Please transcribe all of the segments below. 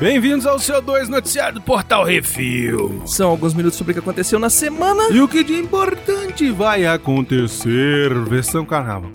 Bem-vindos ao CO2 Noticiário do Portal Refil. São alguns minutos sobre o que aconteceu na semana. E o que de importante vai acontecer? Versão carnaval.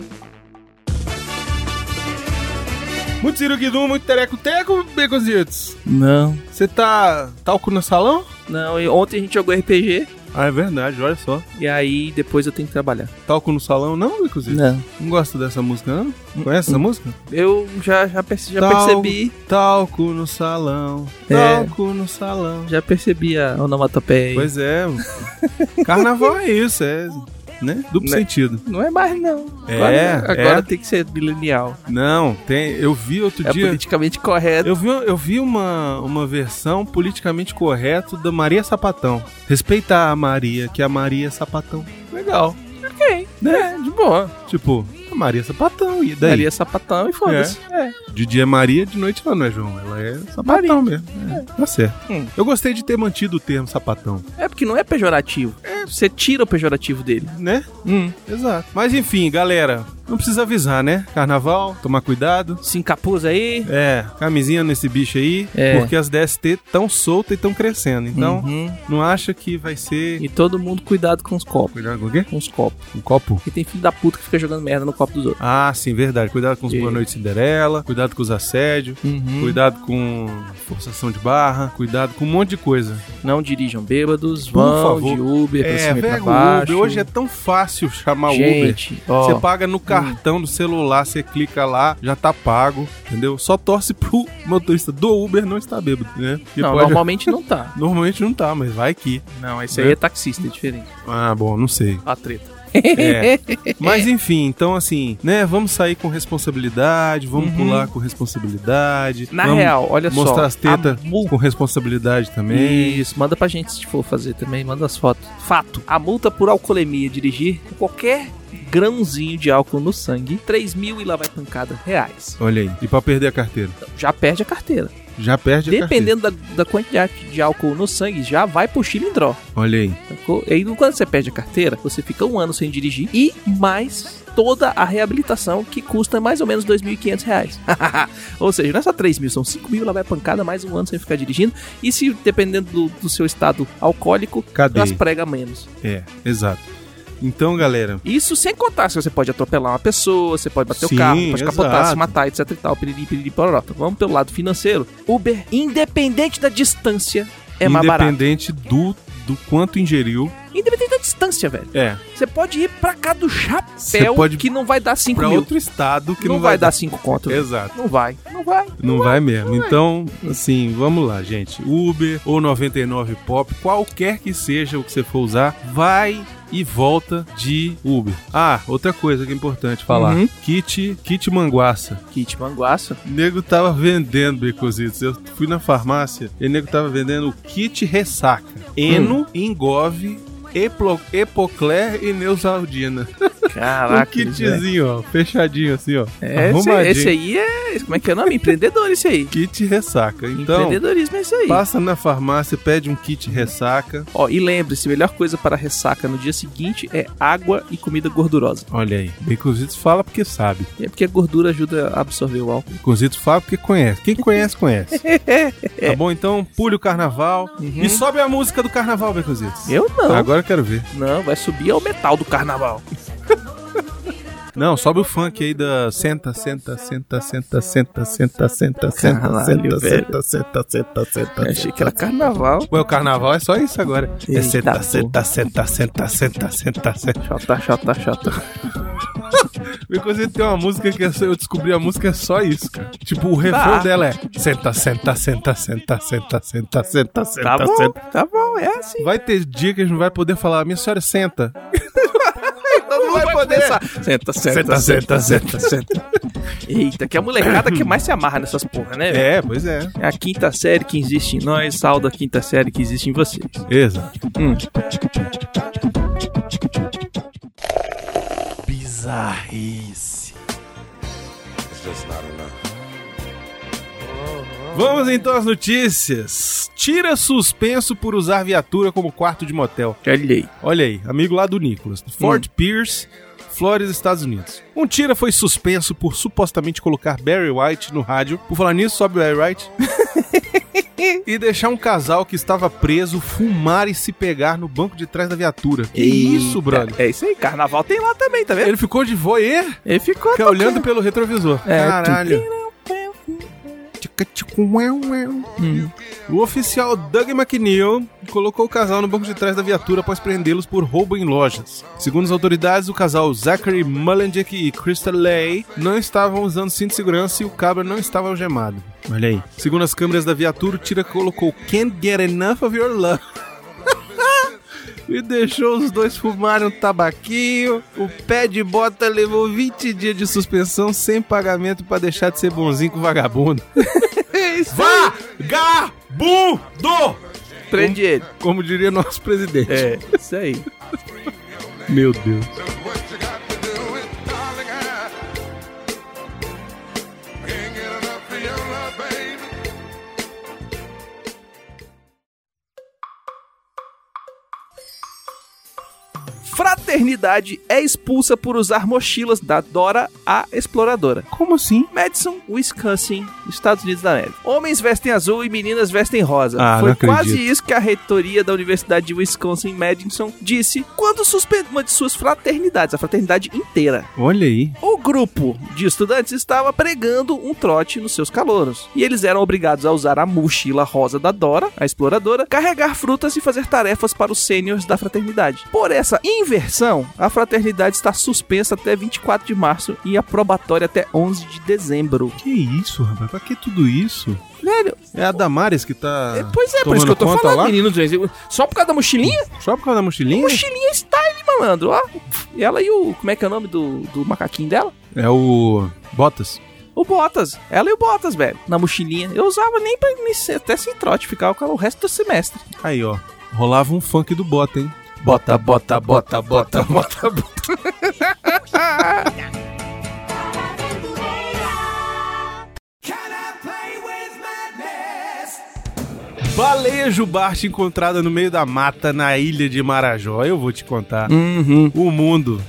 Muito ciruguidum, muito tereco-teco, Beconzitos. Não. Você tá talco no salão? Não, e ontem a gente jogou RPG Ah, é verdade, olha só. e aí depois eu tenho que trabalhar. Talco no salão não, Beconzitos? Não. Não Hum, gosta dessa música, não? Conhece essa música? Eu já, já, perce- já Tal- percebi. Talco no salão, É. talco no salão. Já percebi a onomatopeia. aí. Pois é. Carnaval é isso, é... Né? Duplo Né? sentido. Não é mais, não. É, agora agora é. tem que ser milenial. Não, tem. Eu vi outro É dia. politicamente correto. Eu vi, eu vi uma, uma versão politicamente correta da Maria Sapatão. Respeitar a Maria, que a Maria é Sapatão. Legal. Ok. É, de boa. Tipo, a Maria é Sapatão. E Né? daí? Daria sapatão e foda-se. É. De dia é Maria, de noite ela não é João. Ela é Sapatão mesmo. É, Tá certo. Hum. Eu gostei de ter mantido o termo Sapatão, É. porque não é pejorativo. Você tira o pejorativo dele. né? Hum. Exato. Mas enfim, galera, não precisa avisar, né? Carnaval, tomar cuidado. Se encapuz aí. É, camisinha nesse bicho aí, É. porque as DST tão soltas e tão crescendo. Então, Uhum. não acha que vai ser E todo mundo cuidado com os copos. Cuidado com o quê? Com os copos. Um copo? Porque tem filho da puta que fica jogando merda no copo dos outros. Ah, sim, verdade. Cuidado com os E- Boa Noite Cinderela, cuidado com os assédios, cuidado com forçação de barra, cuidado com um monte de coisa. Não dirijam bêbados, Por vão favor. de Uber pra cima e pra pega o baixo. É, Uber. Hoje é tão fácil chamar o Uber. Gente, Você ó, paga no cartão do celular, você clica lá, já tá pago, entendeu? Só torce pro motorista do Uber não estar bêbado, né? Porque não, pode- normalmente não tá. Normalmente não tá, mas vai que. Não, esse aí é taxista, é diferente. Ah, bom, não sei. A treta. É. Mas enfim, então assim, né? Vamos sair com responsabilidade, vamos Uhum. pular com responsabilidade. Na vamos real, olha só. mostrar as tetas a multa- com responsabilidade também. Isso, manda pra gente se for fazer também, manda as fotos. Fato: a multa por alcoolemia dirigir com qualquer grãozinho de álcool no sangue, 3 mil e lá vai pancada reais. Olha aí. E pra perder a carteira? Já perde a carteira. Já perde Dependendo da, da quantidade de álcool no sangue, já vai pro chilindró. a carteira. Olha aí. Sacou? E aí, quando você perde a carteira, você fica um ano sem dirigir e mais toda a reabilitação que custa mais ou menos R$ 2.500 reais. ou seja, não é só 3 mil, são 5 mil, lá vai a pancada, mais um ano sem ficar dirigindo. E se, dependendo do, do seu estado alcoólico, Cadeia. elas pregam menos. É, exato. Então, galera, Isso sem contar se você pode atropelar uma pessoa, você pode bater Sim, o carro, pode capotar, exato. se matar, etc e tal, piriri, piriri, pororó. Então, vamos pelo lado financeiro. Uber, independente da distância, é mais barato. independente do, do quanto ingeriu, Independente da distância, velho. é, Você pode ir pra cá do Você chapéu pode que não vai dar 5 pra mil. outro estado que não, não, vai dar 5 conto. velho. Exato. Não vai, não vai. Não vai mesmo. Então, assim, vamos lá, gente. Uber ou 99 Pop, qualquer que seja o que você for usar, vai e volta de Uber. Ah, outra coisa que é importante falar. Uhum. Kit, kit manguaça. Kit manguaça. O nego tava vendendo becositos. Eu fui na farmácia e o nego tava vendendo o kit ressaca. Hum. Eno, Engove, Eplo, Epocler e Neusaldina. um Caraca. velho. kitzinho, ó, fechadinho assim, ó. É, esse, né? arrumadinho. esse aí é. Como é que é o nome? Empreendedor, esse aí. Kit ressaca. Então, Empreendedorismo é isso aí. Passa na farmácia, pede um kit ressaca. Ó, e lembre-se, a melhor coisa para ressaca no dia seguinte é água e comida gordurosa. Olha aí. Beconzitos fala porque sabe. É porque a gordura ajuda a absorver o álcool. Beconzitos fala porque conhece. Quem conhece, conhece. Tá bom? Então, pule o carnaval. Uhum. E sobe a música do carnaval, Beconzitos. Eu não. Agora eu quero ver. Não, vai subir ao metal do carnaval. Não, sobe o funk aí da senta, senta, senta, senta, senta, senta, senta, senta, Caralho, senta, senta, senta, velho. senta, senta. Eu achei que era carnaval. Ué, o carnaval é só isso agora. É Eita, senta, porra. senta, senta, senta, senta, senta, senta. Chata, chata, chata. Inclusive tem uma música que eu descobri a música é só isso, cara. Tipo, o refrão Tá. dela é senta, senta, senta, senta, senta, senta, senta, Tá senta, bom, senta. tá bom, é assim. Vai ter dia que a gente não vai poder falar, minha senhora, senta. Todo mundo vai poder sa- Senta, Senta, senta, senta, senta, senta. Eita, que é a molecada que mais se amarra nessas porra, né? velho? É, pois é. É a quinta série que existe em nós, salda a quinta série que existe em vocês. Exato. Hum. Vamos então às notícias. Tira suspenso por usar viatura como quarto de motel. Olha aí. Olha aí, amigo lá do Nicolas. Ford Pierce Flórida, Estados Unidos. Um tira foi suspenso por supostamente colocar Barry White no rádio. Por falar nisso, sobe o Barry White. e deixar um casal que estava preso fumar e se pegar no banco de trás da viatura. Que isso, brother? É, é isso aí, carnaval tem lá também, tá vendo? Ele ficou de voyeur, Ele ficou fica olhando pelo retrovisor. É, Caralho. Hum. O oficial Doug McNeil colocou o casal no banco de trás da viatura após prendê-los por roubo em lojas. Segundo as autoridades, o casal Zachary Mullendick e Krista Lay não estavam usando cinto de segurança e o cabra não estava algemado. Olha aí. Segundo as câmeras da viatura, o Tira colocou Can't Get Enough of Your Love. E deixou os dois fumarem um tabaquinho. O pé de bota levou 20 dias de suspensão sem pagamento pra deixar de ser bonzinho com o vagabundo. É isso aí. Vagabundo! Prende ele. Como diria nosso presidente. É, isso aí. Meu Deus. What you got to do is, darling, I can't get enough of your love, baby. Fraternidade é expulsa por usar mochilas da Dora a Exploradora. Como assim? Madison, Wisconsin, Estados Unidos da América. Homens vestem azul e meninas vestem rosa. Ah, Foi não acredito. quase isso que a reitoria da Universidade de Wisconsin, Madison, disse quando suspendeu uma de suas fraternidades, a fraternidade inteira. Olha aí. O grupo de estudantes estava pregando um trote nos seus calouros. E eles eram obrigados a usar a mochila rosa da Dora, a exploradora, carregar frutas e fazer tarefas para os sêniores da fraternidade. Por essa inversão, a fraternidade está suspensa até 24 de março e a probatória até 11 de dezembro. Que isso, rapaz? Pra que tudo isso? Velho, É a Damares que tá. é- pois é, por tomando isso que eu tô conta falando, lá? menino. gente. Só por causa da mochilinha? Só por causa da mochilinha? Mochilinha style, malandro, ó. E ela e o... como é que é o nome do, do macaquinho dela? É o. Botas. O Bottas, ela e o Bottas, velho, na mochilinha. Eu usava nem pra nem se- até sem trote, ficava com ela o resto do semestre. Aí, ó. Rolava um funk do bota, hein? Bota, bota, bota, bota, bota, bota. Baleia jubarte encontrada no meio da mata na ilha de Marajó. Eu vou te contar. Uhum. O mundo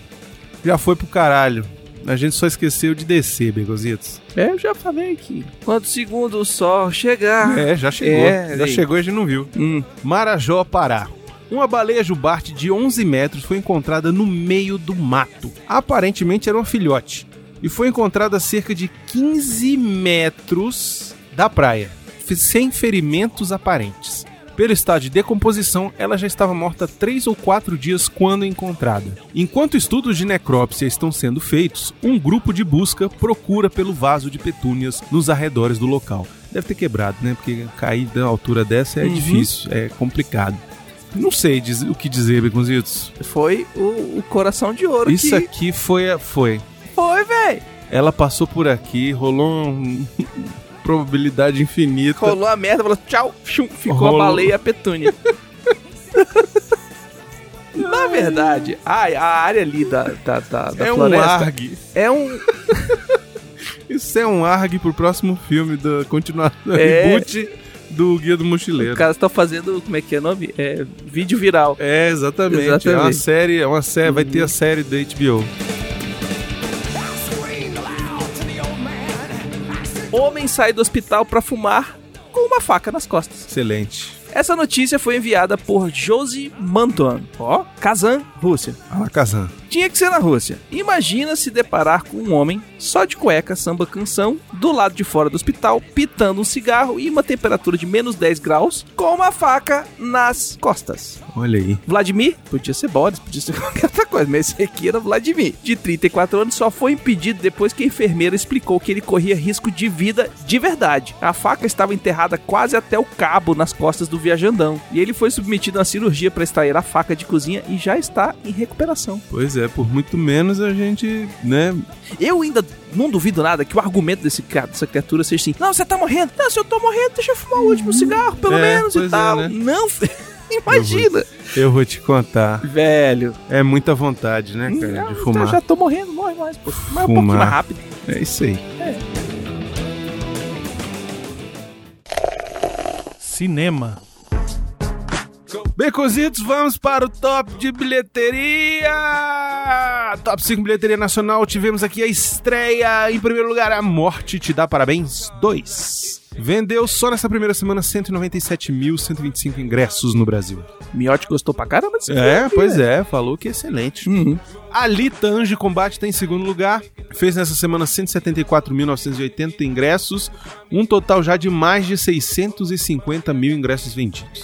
já foi pro caralho. A gente só esqueceu de descer, Begositos. É, eu já falei que quanto segundo o sol chegar. É, já chegou. É, já aí. chegou e a gente não viu. Hum. Marajó, Pará. Uma baleia jubarte de 11 metros foi encontrada no meio do mato. Aparentemente era um filhote. E foi encontrada a cerca de 15 metros da praia, f- sem ferimentos aparentes. Pelo estado de decomposição, ela já estava morta 3 ou 4 dias quando encontrada. Enquanto estudos de necrópsia estão sendo feitos, um grupo de busca procura pelo vaso de petúnias nos arredores do local. Deve ter quebrado, né? Porque cair da altura dessa é Uhum. difícil, é complicado. Não sei diz- o que dizer, Beconzitos. Foi o, o coração de ouro Isso é. que aqui foi, a- foi. foi, velho. Ela passou por aqui, rolou um... probabilidade infinita. Colou a merda, falou tchau, chum, ficou Rolou. a baleia petúnia. Na verdade, a, a área ali da, da, da, da é um floresta arg. é um. Isso é um arg pro próximo filme da continuação do É. reboot do Guia do Os Mochileiro. caras estão fazendo, como é que é o nome? É, vídeo viral. É, exatamente. É uma Exatamente. Uhum. série, é uma série, vai ter a série da HBO. Homem sai do hospital pra fumar com uma faca nas costas. Excelente. Essa notícia foi enviada por Josi Mantuan, ó, Kazan, Rússia. Alakazam. Tinha que ser na Rússia. Imagina se deparar com um homem só de cueca, samba canção, do lado de fora do hospital, pitando um cigarro e uma temperatura de menos 10 graus, com uma faca nas costas. Olha aí. Vladimir, podia ser Boris, podia ser qualquer outra coisa, mas esse aqui era Vladimir. De 34 anos, só foi impedido depois que a enfermeira explicou que ele corria risco de vida de verdade. A faca estava enterrada quase até o cabo nas costas do viajandão. E ele foi submetido a uma cirurgia para extrair a faca de cozinha e já está em recuperação. Pois é, por muito menos a gente, né? Eu ainda não duvido nada que o argumento desse, cara- dessa criatura seja assim: não, você tá morrendo. Não, se eu tô morrendo, deixa eu fumar o último cigarro, pelo É, menos pois e é, tal. né? Uhum. Não, imagina. Eu vou te contar. Velho. É muita vontade, né, cara, Não, de eu fumar. já tô morrendo, morre mais, pô. Mas um pouquinho Fumar. mais rápido. É isso aí. Cinema. Becositos, vamos para o top de bilheteria! Ah, top 5 bilheteria nacional. Tivemos aqui a estreia. Em primeiro lugar, A Morte Te Dá Parabéns 2. Vendeu só nessa primeira semana 197.125 ingressos no Brasil. Miotti gostou pra caramba desse É, pois é, falou que excelente. Uhum. Alita Anjo de Combate tá em segundo lugar. Fez nessa semana 174.980 ingressos, um total já de mais de 650 mil ingressos vendidos.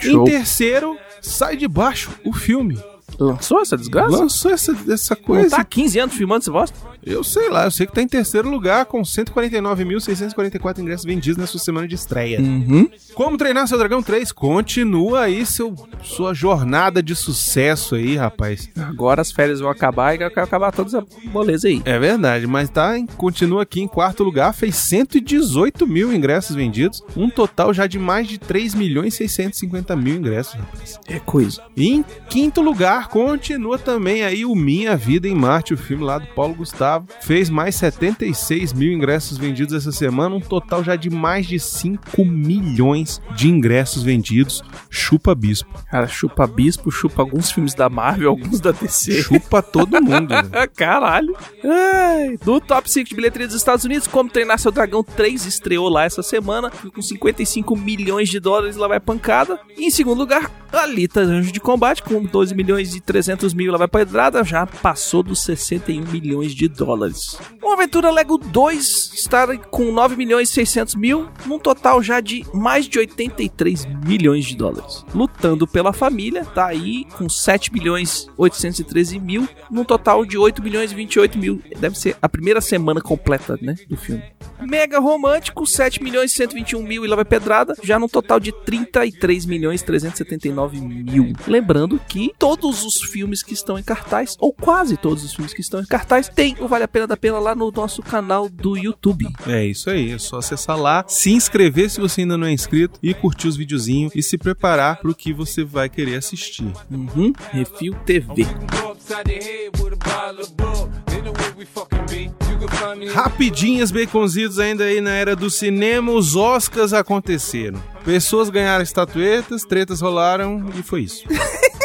Show. Em terceiro, sai de baixo o filme. Lançou essa desgraça? Lançou essa, essa Não coisa. tá há 15 anos filmando esse bosta? Eu sei lá, eu sei que tá em terceiro lugar com 149.644 ingressos vendidos nessa semana de estreia. Uhum. Como treinar seu dragão 3? Continua aí seu, sua jornada de sucesso aí, rapaz. Agora as férias vão acabar e vai acabar toda essa moleza aí. É verdade, mas tá, em- continua aqui em quarto lugar, fez 118 mil ingressos vendidos, um total já de mais de 3 milhões e 650 mil ingressos. rapaz. É coisa. E em quinto lugar, continua também aí o Minha Vida em Marte, o filme lá do Paulo Gustavo, fez mais 76 mil ingressos vendidos essa semana, um total já de mais de 5 milhões de ingressos vendidos, chupa bispo, Cara, chupa Bispo, chupa alguns filmes da Marvel, alguns da DC. chupa todo mundo. né? Ah, Caralho. Ai, no top 5 de bilheteria dos Estados Unidos, como treinar seu dragão 3 estreou lá essa semana, com 55 milhões de dólares, lá vai pancada. E em segundo lugar, Alita Anjo de Combate, com 12 milhões e 300 mil, lá vai pedrada, já passou dos 61 milhões de dólares. Uma aventura Lego 2 está com 9 milhões e 600 mil, num total já de mais de 83 milhões de dólares. Lutando pela família, tá aí com 7 milhões 813 mil, num total de 8 milhões e 28 mil. Deve ser a primeira semana completa, né, do filme. Mega Romântico, 7 milhões e 121 mil e lá vai pedrada, já num total de 33 milhões e 379 mil. Lembrando que todos os filmes que estão em cartaz, ou quase todos os filmes que estão em cartaz, tem o Vale a Pena da Pena lá no nosso canal do YouTube. É isso aí, é só acessar lá, se inscrever se você ainda não é inscrito e curtir os videozinhos e se preparar pro que você vai querer assistir. Uhum, Refil TV. Go upside the head with a bottle of bull. They know where we fucking be. You can find me. Rapidinhas, baconzitos, ainda aí na era do cinema, os Oscars aconteceram. Pessoas ganharam estatuetas, tretas rolaram e foi isso. Né?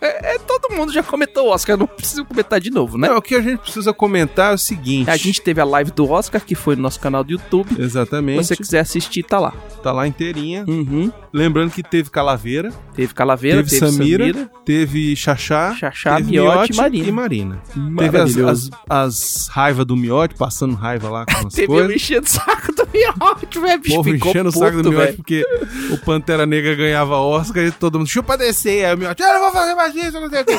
É, todo mundo já comentou o Oscar, não preciso comentar de novo, né? Não, o que a gente precisa comentar é o seguinte. A gente teve a live do Oscar, que foi no nosso canal do YouTube. Se Exatamente, você quiser assistir, tá lá. tá lá inteirinha. Uhum. Lembrando que teve Calaveira, Teve Calaveira, teve, teve, Samira, Samira teve Xaxá, Xaxá, teve Miotti e Miotti Marina. e Marina. Teve as, as, as raivas do Miotti, passando raiva lá com as Teve eu coisas. enchendo o saco do Miotti, velho. O bicho povo ficou enchendo o saco puto, do Miotti velho. porque o Pantera Negra ganhava Oscar e todo mundo chupa descer. Aí o Miotti, eu não vou fazer mais isso, eu não sei o que.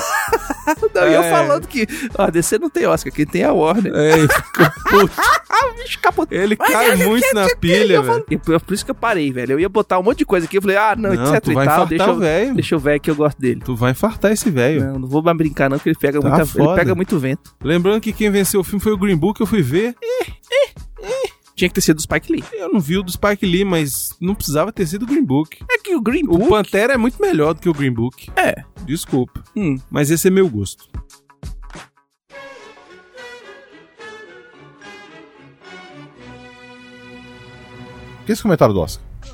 Não, E eu É. falando que a DC não tem Oscar, quem tem é a Warner. É, ele ficou puto. Ah, o bicho capotou. Ele Mas cai olha muito que- na que- que- pilha, eu falo- velho. E é Por por isso que eu parei, velho. Eu ia botar um monte de coisa aqui. Eu falei, ah, não, Não, etc tu e vai tal. infartar Deixa o eu, velho. deixa eu ver que eu É. gosto dele. Tu vai infartar esse velho. Não, não vou mais brincar, não, que ele pega, Tá muita, ele foda. pega muito vento. Lembrando que quem venceu o filme foi o Green Book, eu fui ver. Tinha que ter sido o Spike Lee. Eu não vi o do Spike Lee, mas não precisava ter sido o Green Book. É que o Green O Book... Pantera é muito melhor do que o Green Book. É. Desculpa. Hum. Mas esse é meu gosto. Que esse comentário do Oscar? é.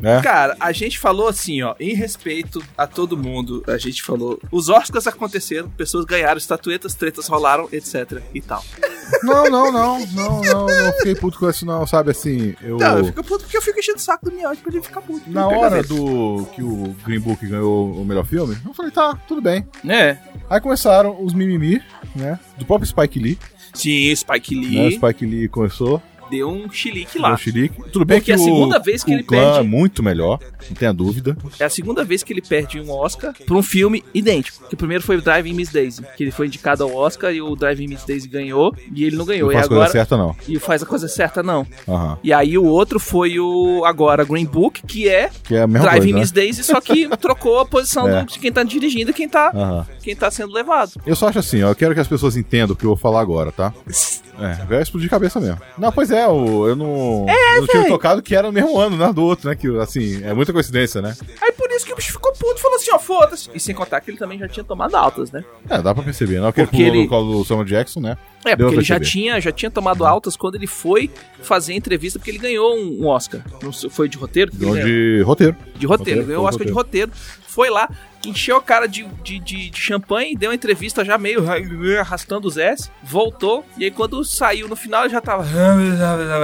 Né? Cara, a gente falou assim, ó, em respeito a todo mundo, a gente falou, os Oscars aconteceram, pessoas ganharam estatuetas, tretas rolaram, etc e tal. Não, não, não, não, não, eu não fiquei puto com isso, não, sabe assim, eu. Não, eu fico puto porque eu fico enchendo o saco do Miotti pra ele ficar puto. Na hora do que o Green Book ganhou o melhor filme, eu falei, tá, tudo bem. É. Aí começaram os mimimi, né? Do próprio Spike Lee. Sim, Spike Né? O Lee Spike Lee começou deu um chilique com lá. o Chilique. Tudo bem Porque que é a o, segunda vez que o ele clã perde. é muito melhor, não tenha dúvida. É a segunda vez que ele perde um Oscar pra um filme idêntico. Que o primeiro foi o Driving Miss Daisy, que ele foi indicado ao Oscar e o Driving Miss Daisy ganhou e ele não ganhou. Não E faz coisa agora. certa, não. E faz a coisa certa, não. Aham. E aí o outro foi o agora Green Book, que é Que é a mesma Driving coisa, né? Miss Daisy, só que trocou a posição É. do- de quem tá dirigindo e quem tá, Aham. quem tá sendo levado. Eu só acho assim, ó, eu quero que as pessoas entendam o que eu vou falar agora, tá? É, vai explodir cabeça mesmo. Não, pois é, o- eu não, É, eu não tinha me tocado que era no mesmo ano, né, do outro, né, que, assim, é muita coincidência, né? Aí por isso que o bicho ficou puto e falou assim, ó, foda-se. E sem contar que ele também já tinha tomado altas, né? É, dá pra perceber, né? Porque, Porque ele pulou ele- no colo do Samuel Jackson, né? É, Deu porque pra ele já perceber. tinha, já tinha tomado altas quando ele foi fazer a entrevista, porque ele ganhou um um Oscar. Não sei, foi de roteiro? que ele Ganhou ganhou? de roteiro. De roteiro, Roteiro, ganhou o foi Oscar de roteiro. roteiro. Foi lá, encheu a cara de, de, de, de champanhe, deu uma entrevista já meio arrastando os S, voltou, e aí quando saiu no final ele já tava. "Ah",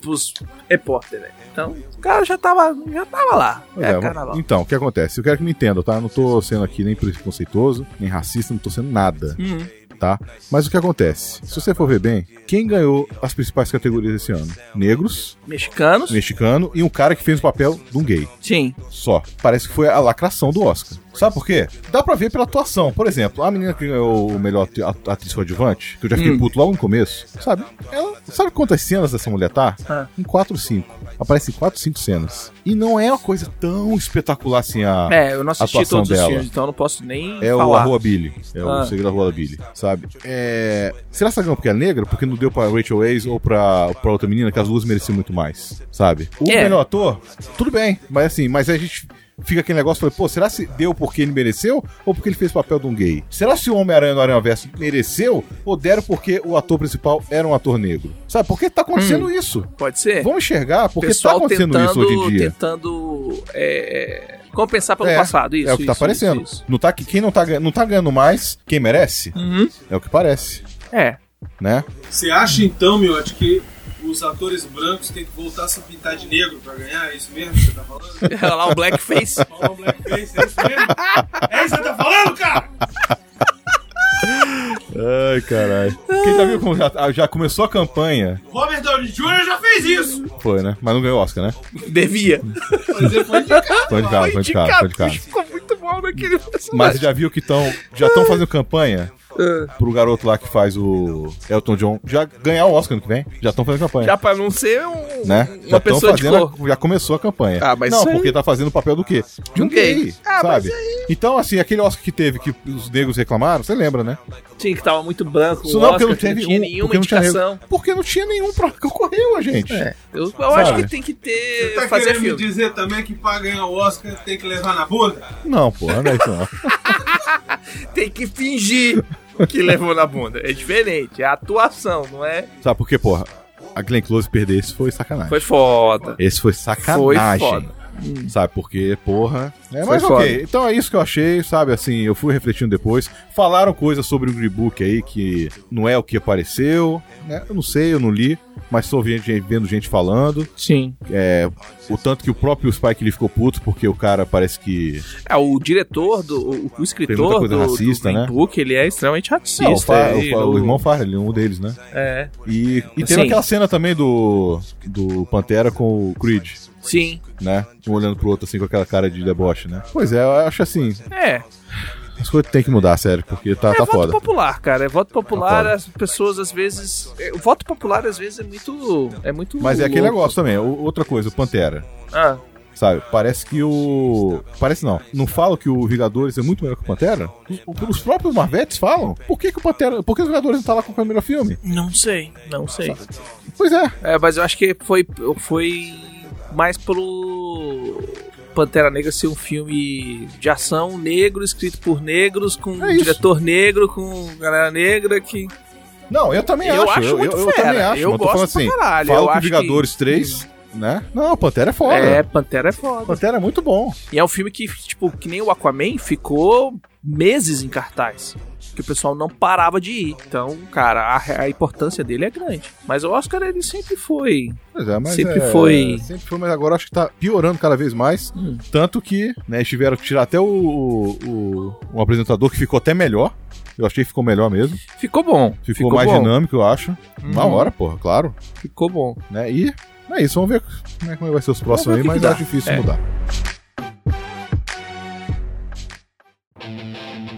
pros repórter, velho. Então, o cara já tava, já tava lá. Pois É, é, cara lá. então, o que acontece? Eu quero que me entendam, tá? Eu não tô sendo aqui nem preconceituoso, nem racista, não tô sendo nada, Uhum. tá? Mas o que acontece? Se você for ver bem, quem ganhou as principais categorias esse ano? Negros, Mexicanos? mexicano e um cara que fez o papel de um gay. Sim. Só. Parece que foi a lacração do Oscar. Sabe por quê? Dá pra ver pela atuação. Por exemplo, a menina que ganhou o melhor ati- at- atriz coadjuvante, que eu já fiquei puto logo no começo, sabe? Ela sabe quantas cenas essa mulher tá? Ah. Em 4 ou 5. Aparece em 4 ou 5 cenas. E não é uma coisa tão espetacular assim a. É, eu não assisti atuação todos os dela. filmes, então eu não posso nem É o falar. Arroa Billy. É Ah. o segredo da Arroa Billy, sabe? É... Será que ela ganhou porque é negra? Porque não deu pra Rachel Weisz ou pra, pra outra menina, que as duas mereciam muito mais, sabe? O É. melhor ator, tudo bem. Mas assim, mas a gente fica aquele negócio, falei, pô, será se deu porque ele mereceu ou porque ele fez o papel de um gay? Será se o Homem-Aranha no Aranha Verso mereceu ou deram porque o ator principal era um ator negro? Sabe, por que tá acontecendo Hum. isso? Pode ser? Vamos enxergar O porque tá acontecendo isso hoje em dia. tentando é, compensar pelo É, passado, isso. é o que tá isso, aparecendo. isso, isso. Não tá, quem não tá, ganha- não tá ganhando mais, quem merece, Uhum. é o que parece, É. né? Você acha então, Miotti, que os atores brancos têm que voltar a se pintar de negro pra ganhar? É isso mesmo que você tá falando? Olha lá o blackface. Falar o blackface, é isso mesmo? É isso que você tá falando, cara? Ai, caralho. Quem já viu como já, já começou a campanha? Robert Downey Jr. já fez isso! Foi, né? Mas não ganhou Oscar, né? Devia. Mas ele foi indicado. Foi de cara, foi de cara, foi de cara. Ficou muito mal naquele Mas personagem. já viu que estão. Já estão fazendo campanha Ah, pro garoto lá que faz o Elton John já ganhar o Oscar ano que vem. Já estão fazendo campanha. Já pra não ser um, né? uma já tão pessoa de fazendo a- cor. já começou a campanha. Ah, mas não, isso aí- Ah, porque tá fazendo o papel do quê? De um gay. gay, sabe? Então, assim, aquele Oscar que teve que os negros reclamaram, você lembra, né? Tinha que tava muito branco. Isso o não, Oscar, porque não que não teve tinha um, nenhuma porque não tinha indicação. rego- Porque não tinha nenhum pra que ocorreu, gente. Eu, eu acho Sabe? que tem que ter. Tá fazer querendo me filme. dizer também que pra ganhar o Oscar tem que levar na bunda? Não, pô, não é isso não. Tem que fingir que levou na bunda. É diferente. É a atuação, não é? Sabe por quê, porra? A Glenn Close perder esse foi sacanagem. Foi foda. Esse foi Foi sacanagem. foda. Sabe, porque, porra. Hum. É, mas foda. ok, então é isso que eu achei, sabe? Assim, eu fui refletindo depois. Falaram coisas sobre o Green Book aí que não é o que apareceu. né? Eu não sei, eu não li, mas estou vendo, gente- vendo gente falando. Sim. O tanto que o próprio Spike ele ficou puto, porque o cara parece que. É, o diretor, do, o- o Tem muita escritor coisa do, racista, do Green né? Book, ele é extremamente racista. Não, o, Fa- ele- o Fa- o irmão Farrell, um deles, né? É. E, e teve Sim. aquela cena também do, do Pantera com o Creed, Sim. né? Um olhando pro outro assim com aquela cara de deboche, né? Pois é, eu acho assim, É. As coisas tem que mudar, sério, porque tá, é tá voto foda. Tá popular, cara. É voto popular, foda. as pessoas às vezes. é, O voto popular às vezes é muito. É muito. Mas é aquele louco. negócio também. o- Outra coisa, o Pantera. Ah, Sabe? Parece que o. Parece não. Não falam que o Vingadores é muito melhor que o Pantera? Os, os próprios Marvetes falam. Por que, que o Pantera. Por que os Vingadores não tá lá com o melhor filme? não sei, não sei. Pois é. É, mas eu acho que foi, foi mais pelo. Pantera Negra ser um filme de ação negro, escrito por negros, com É isso. diretor negro, com galera negra que. Não, eu também Eu acho. acho eu, muito eu- eu fera, também acho. eu mas tô gosto falando assim. pra caralho, eu Falo que acho o Vingadores que- 3, né? Não, o Pantera é foda. É, Pantera é foda. Pantera é muito bom. E é um filme que, tipo, que nem o Aquaman ficou meses em cartaz. Que o pessoal não parava de ir. Então, cara, a, a importância dele é grande. Mas o Oscar, ele sempre foi. Pois é, mas Sempre é- foi- Sempre foi, mas agora acho que tá piorando cada vez mais. Hum. Tanto que, né, eles tiveram que tirar até o, o, o- um apresentador que ficou até melhor. Eu achei que ficou melhor mesmo. Ficou bom. Ficou, mais bom. dinâmico, eu acho. Na Uhum. hora, porra, claro. Ficou bom. Né? E é isso, vamos ver como é que vai ser os próximos ver o que aí, mas que é dá. difícil É. mudar.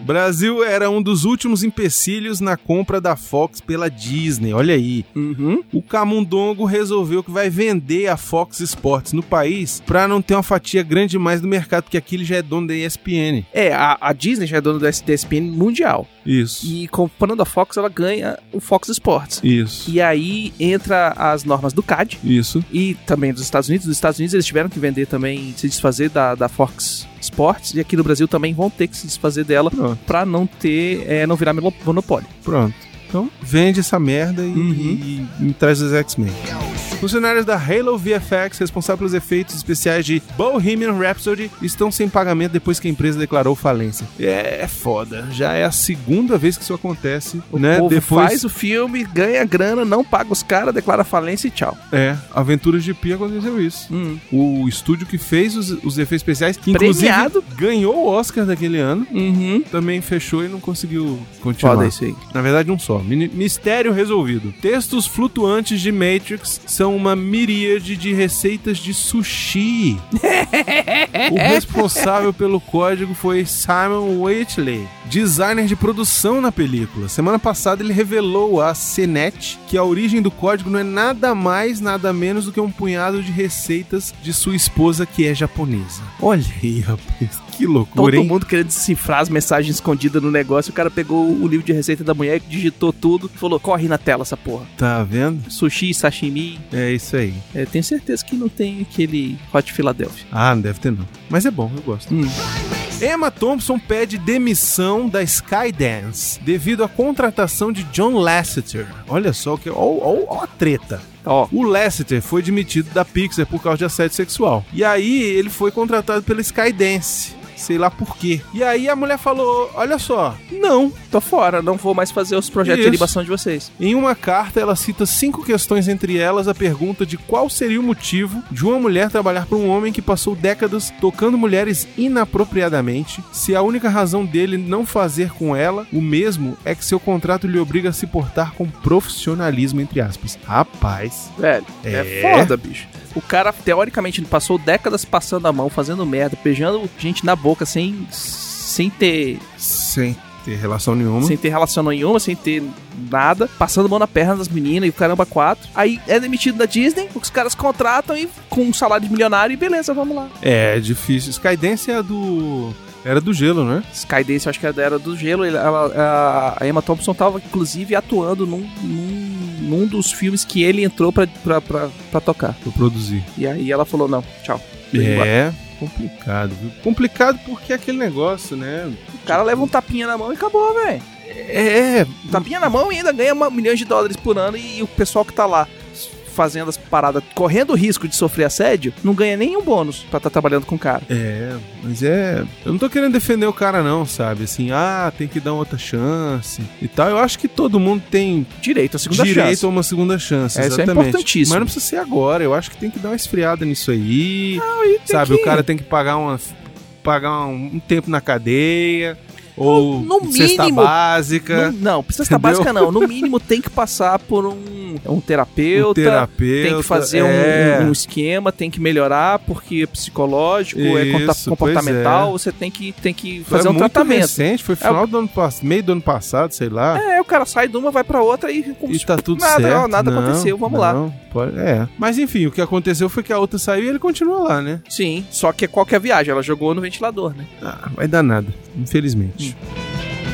Brasil era um dos últimos empecilhos na compra da Fox pela Disney. Olha aí. Uhum. O Camundongo resolveu que vai vender a Fox Sports no país pra não ter uma fatia grande demais do mercado, porque aqui ele já é dono da ESPN. É, a, a Disney já é dona do SDSPN mundial. Isso. E comprando a Fox, ela ganha o Fox Sports. Isso. E aí entra as normas do CAD Isso. e também dos Estados Unidos. Dos Estados Unidos eles tiveram que vender também, se desfazer da, da Fox Sports. E aqui no Brasil também vão ter que se desfazer dela Pronto. pra não ter, é, não virar monop- monopólio. Pronto. Então, vende essa merda e, Uhum. e- e me traz os X-Men. Go see Funcionários da Halo VFX, responsáveis pelos efeitos especiais de Bohemian Rhapsody, estão sem pagamento depois que a empresa declarou falência. É, é foda. Já é a segunda vez que isso acontece, O né? povo depois faz o filme, ganha grana, não paga os caras, declara falência e tchau. É, Aventuras de Pi aconteceu isso. Hum. O estúdio que fez os, os efeitos especiais, que inclusive Premiado. ganhou o Oscar daquele ano, Uhum. também fechou e não conseguiu continuar. Foda isso aí. Na verdade, um só. Mini- Mistério resolvido. Textos flutuantes de Matrix são uma miríade de receitas de sushi. o responsável pelo código foi Simon Waitley, designer de produção na película. Semana passada ele revelou à CNET que a origem do código não é nada mais, nada menos do que um punhado de receitas de sua esposa que é japonesa. Olha aí, rapaz. Que Todo loucura, hein? mundo querendo decifrar as mensagens escondidas no negócio. O cara pegou o livro de receita da mulher, digitou tudo, falou: corre na tela essa porra. Tá vendo? Sushi, sashimi. É isso aí. É, tenho certeza que não tem aquele Hot Philadelphia. Ah, não deve ter não. Mas é bom, eu gosto. Hum. Emma Thompson pede demissão da Skydance devido à contratação de John Lasseter. Olha só o que. Ó, ó, ó a treta. Ó, O Lasseter foi demitido da Pixar por causa de assédio sexual. E aí ele foi contratado pela Skydance. Sei lá por quê. E aí a mulher falou: Olha só, não. tô fora, não vou mais fazer os projetos Isso. de animação de vocês. Em uma carta, ela cita cinco questões, entre elas a pergunta de qual seria o motivo de uma mulher trabalhar para um homem que passou décadas tocando mulheres inapropriadamente, se a única razão dele não fazer com ela o mesmo é que seu contrato lhe obriga a se portar com profissionalismo, entre aspas. Rapaz, Velho, é, foda, bicho. O cara, teoricamente, ele passou décadas passando a mão, fazendo merda, beijando gente na boca sem, sem ter sem ter relação nenhuma. sem ter relação nenhuma, sem ter nada, passando mão na perna das meninas e o caramba quatro. Aí é demitido da Disney, os caras contratam e com um salário de milionário e beleza, vamos lá. É difícil. Skydance é a do. Era do gelo, né? Skydance, eu acho que era da Era do Gelo, ele- ela- a, a Emma Thompson tava, inclusive, atuando num, num, num dos filmes que ele entrou pra, pra, pra, pra tocar. Que eu produzi. E aí ela falou, não, tchau. É complicado, viu? Complicado porque é aquele negócio, né? O cara leva um tapinha na mão e acabou, velho. É, Tapinha na mão e ainda ganha uma- milhões de dólares por ano e o pessoal que tá lá fazendo as paradas, correndo o risco de sofrer assédio, não ganha nenhum bônus pra tá trabalhando com o cara. É, mas é. Eu não tô querendo defender o cara, não, sabe? Assim, ah, tem que dar uma outra chance e tal. Eu acho que todo mundo tem Direito, a segunda direito chance. a uma segunda chance. É, isso é exatamente. importantíssimo. Mas não precisa ser agora. Eu acho que tem que dar uma esfriada nisso aí. sabe? Ah, que- O cara tem que pagar uma. Pagar um, um tempo na cadeia. Ou no cesta mínimo. básica. Não, não, precisa estar Entendeu? básica não. No mínimo tem que passar por um, um terapeuta, um terapeuta. tem que fazer um- é. um, um esquema, tem que melhorar porque é psicológico, é conta- Isso, comportamental, você tem que, tem que fazer é um muito tratamento. recente, foi final do ano passado, meio do ano passado, sei lá. É, o cara sai de uma, vai pra outra e... E tá tudo nada, certo. ó, nada aconteceu, vamos lá. não, pode- é. Mas enfim, o que aconteceu foi que a outra saiu e ele continua lá, né? Sim, só que é qualquer viagem, ela jogou no ventilador, né? Ah, vai dar nada, infelizmente. Hum.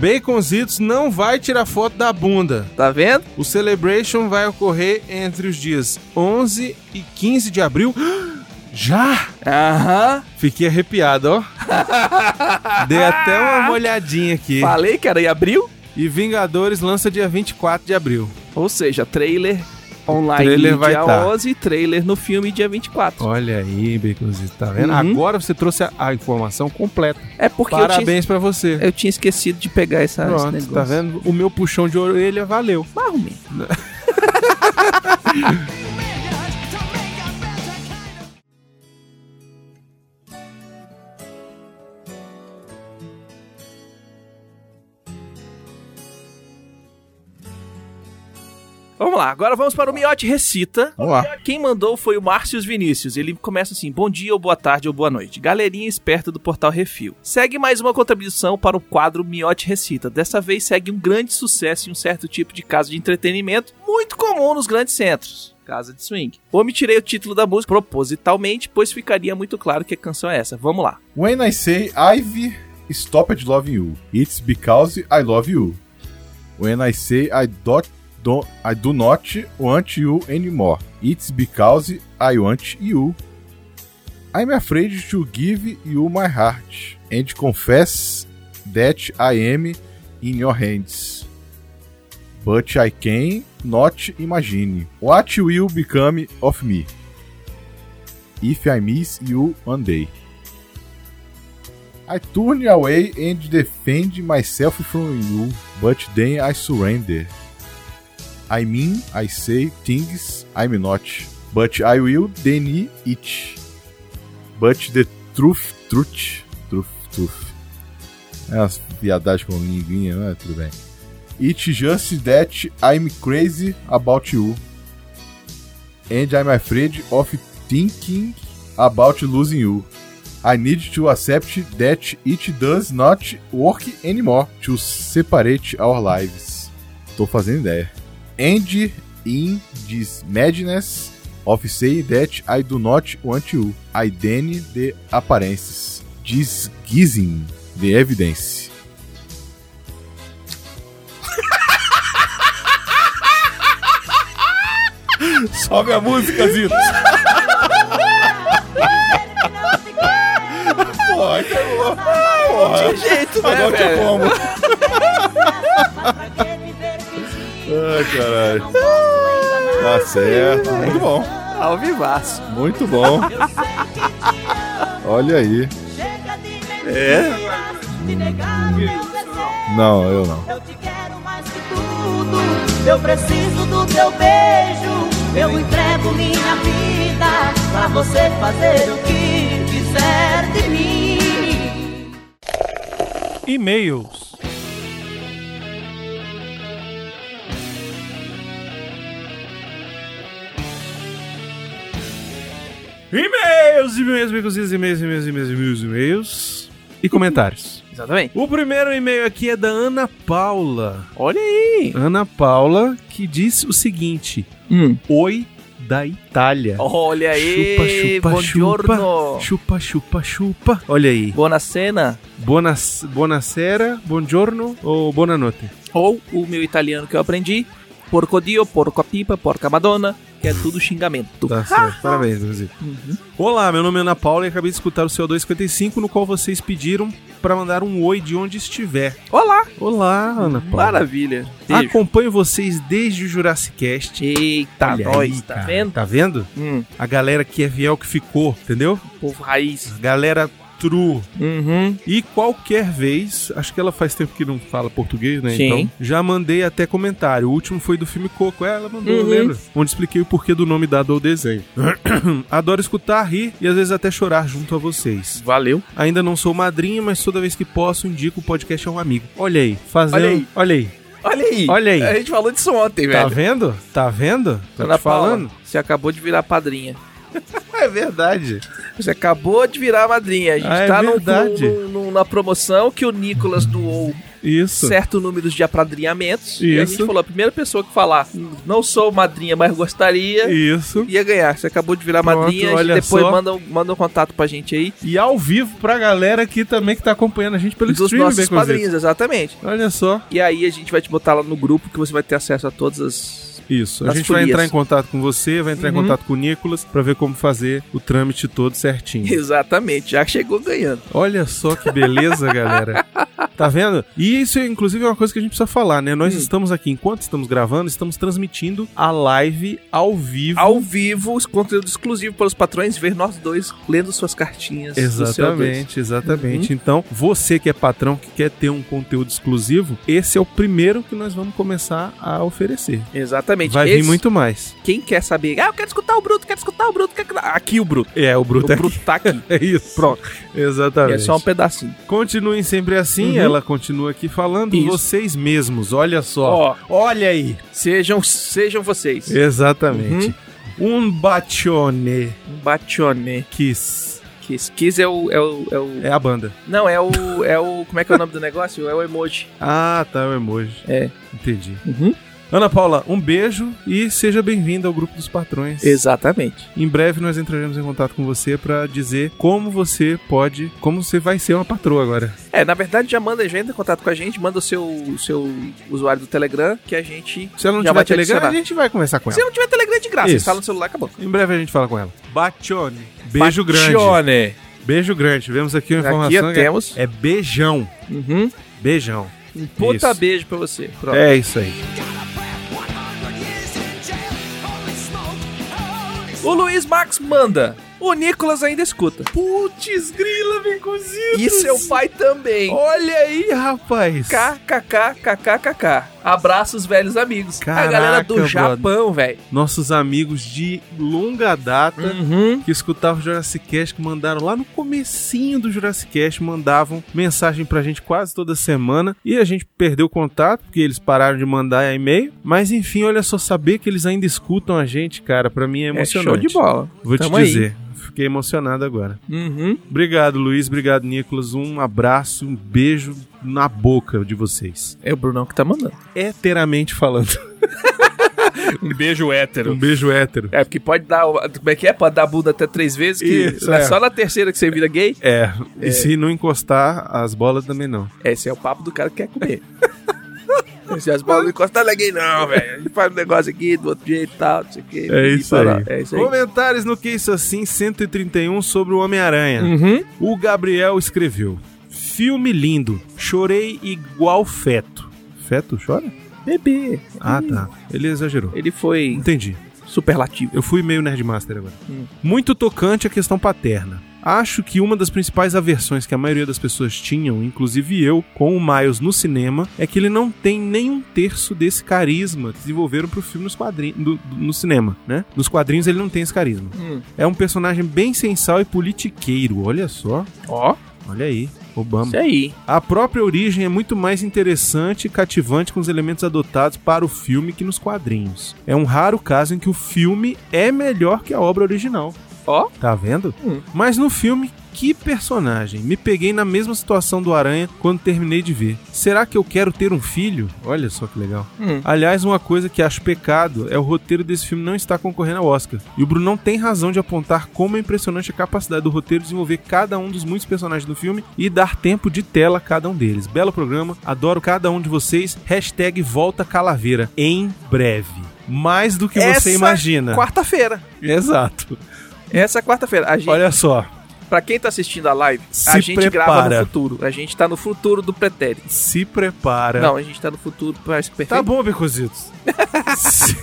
Baconzitos não vai tirar foto da bunda. Tá vendo? O Celebration vai ocorrer entre os dias 11 e 15 de abril. Já? Aham. Fiquei arrepiado, ó. Dei até uma olhadinha aqui. Falei que era em abril. E Vingadores lança dia 24 de abril. Ou seja, trailer online Trailer dia vai tá. 11 e trailer no filme dia 24. Olha aí, Baconzitos, tá vendo? Uhum. Agora você trouxe a- a informação completa. É porque eu tinha, Parabéns pra você. eu tinha esquecido de pegar essa, esse Pronto, negócio. tá vendo? O meu puxão de orelha valeu. Mas arrumei. Vamos lá, agora vamos para o Miote Recita. Vamos lá. Quem mandou foi o Márcios Vinícius. Ele começa assim: Bom dia, ou boa tarde, ou boa noite. Galerinha esperta do Portal Refil. Segue mais uma contribuição para o quadro Miote Recita. Dessa vez segue um grande sucesso em um certo tipo de caso de entretenimento muito comum nos grandes centros. Casa de swing. Omitirei o título da música propositalmente, pois ficaria muito claro que a canção é essa. Vamos lá. When I say I've stopped loving you, it's because I love you. When I say I do, do, I do not want you anymore, it's because I want you. I'm afraid to give you my heart and confess that I am in your hands. But I can not imagine. What will become of me? If I miss you one day. I turn away and defend myself from you, but then I surrender. I mean, I say things I'm not, but I will deny it. But the truth, truth, truth, truth. É umas piadagens com linguinha, né? Tudo bem. It's just that I'm crazy about you. And I'm afraid of thinking about losing you. I need to accept that it does not work anymore to separate our lives. Tô fazendo ideia. And in this madness of saying that I do not want you. I deny the appearances, disguising the evidence. Sobe a música, Zito. Porra, acabou. Porra, tipo, Jeito, né, agora tinha velho? como. Ai, caralho. Tá certo. Muito bom. Ao vivaço. Muito bom. Olha aí. É? Não, eu não. Eu te quero mais que tudo. Eu preciso do teu beijo. Eu entrego minha vida pra você fazer o que quiser de mim. E-mails. E-mails, e-mails, amigos, e-mails, e-mails, e-mails, e-mails, e-mails, e-mails. E comentários. Exatamente. O primeiro e-mail aqui é da Ana Paula. Olha aí. Ana Paula que diz o seguinte: Oi da Itália. Olha aí. Hum. chupa, chupa, Buongiorno. chupa, chupa, chupa. Olha aí. Boa cena. Buonas, buonasera, buongiorno ou buonanotte? Ou o meu italiano que eu aprendi. Porco dio, porco a pipa, porca madonna. Que é tudo xingamento. Tá certo, parabéns, Brasil. Uhum. Olá, meu nome é Ana Paula e acabei de escutar o CO255, no qual vocês pediram pra mandar um oi de onde estiver. Olá. Olá, Ana Paula. Maravilha. Beijo. Acompanho vocês desde o Jurassic Cast. Eita, Olha aí, nós. tá cara. vendo? Tá vendo? Hum, A galera que é fiel que ficou, entendeu? povo raiz. Galera true. Uhum. E qualquer vez, acho que ela faz tempo que não fala português, né? Sim. Então, já mandei até comentário. O último foi do filme Coco, ela mandou, Uhum. lembra? Onde expliquei o porquê do nome dado ao desenho. Adoro escutar, rir e às vezes até chorar junto a vocês. Valeu. Ainda não sou madrinha, mas toda vez que posso, indico o podcast a um amigo. Olha aí, fazendo. Olha aí. Olha aí. Olha aí. Olha aí. A gente falou disso ontem, Tá velho. vendo? Tá vendo? Tô Ana te Paula, falando? Você acabou de virar padrinha. É verdade. Você acabou de virar madrinha. A gente Ah, é tá num- verdade. num- num- na promoção que o Nicolas doou Isso. certo número de apadrinhamentos. E a gente Isso. falou: a primeira pessoa que falar, não sou madrinha, mas gostaria. Isso. Ia ganhar, você acabou de virar Pronto, madrinha, a gente olha depois só. manda, um- manda um contato pra gente aí E ao vivo pra galera aqui também que tá acompanhando a gente pelo dos stream, nossos Baconzitos. padrinhos, exatamente. Olha só. E aí a gente vai te botar lá no grupo que você vai ter acesso a todas as. Isso, a Nas gente vai folias. entrar em contato com você, vai entrar em contato com o Nicolas pra ver como fazer o trâmite todo certinho. Exatamente, já chegou ganhando. Olha só que beleza, galera. Tá vendo? E isso, inclusive, é uma coisa que a gente precisa falar, né? Hum. Nós estamos aqui, enquanto estamos gravando, estamos transmitindo a live ao vivo. Ao vivo, conteúdo exclusivo para os patrões, ver nós dois lendo suas cartinhas. do CO2. Exatamente, exatamente. Uhum. Então, você que é patrão, que quer ter um conteúdo exclusivo, esse é o primeiro que nós vamos começar a oferecer. Exatamente. Vai vir Esse- muito mais. Quem quer saber? Ah, eu quero escutar o Bruto, quero escutar o Bruto. Quero... Aqui o Bruto. É, o Bruto o é, Bruto tá aqui. é isso. Pronto. Exatamente. é só um pedacinho. Continuem sempre assim, Uhum. ela continua aqui falando. Isso. Vocês mesmos, olha só. Ó, Olha aí. sejam, sejam vocês. Exatamente. Um bacione Um Batione. kiss. Kiss. Kiss é o, é o. é o- É a banda. Não, é o. É o. Como é que é o nome do negócio? É o emoji. Ah, tá, é o emoji. É. Entendi. Uhum. Ana Paula, um beijo e seja bem-vinda ao grupo dos patrões. Exatamente. Em breve nós entraremos em contato com você pra dizer como você pode, como você vai ser uma patroa agora. É, na verdade, já manda, já entra em contato com a gente, manda o seu, o seu usuário do Telegram, que a gente. Se ela não Já tiver vai te Telegram, adicionar. a gente vai conversar com Se ela. não tiver Telegram é de graça, Isso. instala no celular, acabou. Em breve a gente fala com ela. Bacione. Beijo grande. Batione. Beijo grande. Tivemos aqui uma Aqui informação. que é- temos. É beijão. Uhum. Beijão. Um puta Isso. beijo pra você. Pronto. É isso aí. Gotta pray O Luiz Max manda. O Nicolas ainda escuta. Putz, grila, vem cozido. E seu pai também. Olha aí, rapaz. KKKKKKK. Abraços, velhos amigos. Caraca, a galera do brother. Japão, velho. Nossos amigos de longa data. Uhum. que escutavam o Jurassic Cast, que mandaram lá no comecinho do Jurassic Cast, mandavam mensagem pra gente quase toda semana, e a gente perdeu o contato, porque eles pararam de mandar e-mail, mas enfim, olha só, saber que eles ainda escutam a gente, cara, pra mim é É show emocionante. de bola. Vou Tamo te aí. dizer, fiquei emocionado agora. Uhum. Obrigado, Luiz, obrigado, Nicolas, um abraço, um beijo na boca de vocês. É o Brunão que tá mandando. Heteramente falando. Um beijo hétero. Um beijo hétero. É, porque pode dar. Como é que é? Pode dar bunda até três vezes. Que Isso, é é. só na terceira que você vira gay. É, e se não encostar, as bolas também não. Esse é o papo do cara que quer comer. Se as bolas não encostam, não é gay, não, velho. A gente faz um negócio aqui do outro jeito e tal, não sei o quê. É E isso, aí. parar. É isso aí. Comentários no Que Isso Assim 131 sobre o Homem-Aranha. Uhum. O Gabriel escreveu: Filme lindo, chorei igual feto. Feto chora? Bebê. Ah, tá. Ele exagerou. Ele foi Entendi. superlativo. Eu fui meio Nerdmaster agora. Hum. Muito tocante a questão paterna. Acho que uma das principais aversões que a maioria das pessoas tinham, inclusive eu, com o Miles no cinema, é que ele não tem nem um terço desse carisma que desenvolveram pro filme nos quadrinhos, do- do- no cinema, né? Nos quadrinhos ele não tem esse carisma. Hum. É um personagem bem sensal e politiqueiro, olha só. Ó, Olha aí, Obama. isso aí. A própria origem é muito mais interessante e cativante com os elementos adotados para o filme que nos quadrinhos. É um raro caso em que o filme é melhor que a obra original. Ó. Tá vendo? Hum. Mas no filme, que personagem? Me peguei na mesma situação do Aranha quando terminei de ver. Será que eu quero ter um filho? Olha só que legal. Hum. Aliás, uma coisa que acho pecado é o roteiro desse filme não estar concorrendo ao Oscar. E o Brunão tem razão de apontar como é impressionante a capacidade do roteiro de desenvolver cada um dos muitos personagens do filme e dar tempo de tela a cada um deles. Belo programa, adoro cada um de vocês. Hashtag volta calaveira. Em breve. Mais do que Essa você imagina. Quarta-feira. Exato. Essa é quarta-feira. A gente, Olha só, pra quem tá assistindo a live, a Se gente grava prepara. no futuro. A gente tá no futuro do pretérito. se prepara. Não, a gente tá no futuro pra esse perfeito. Tá bom, Becositos. Se-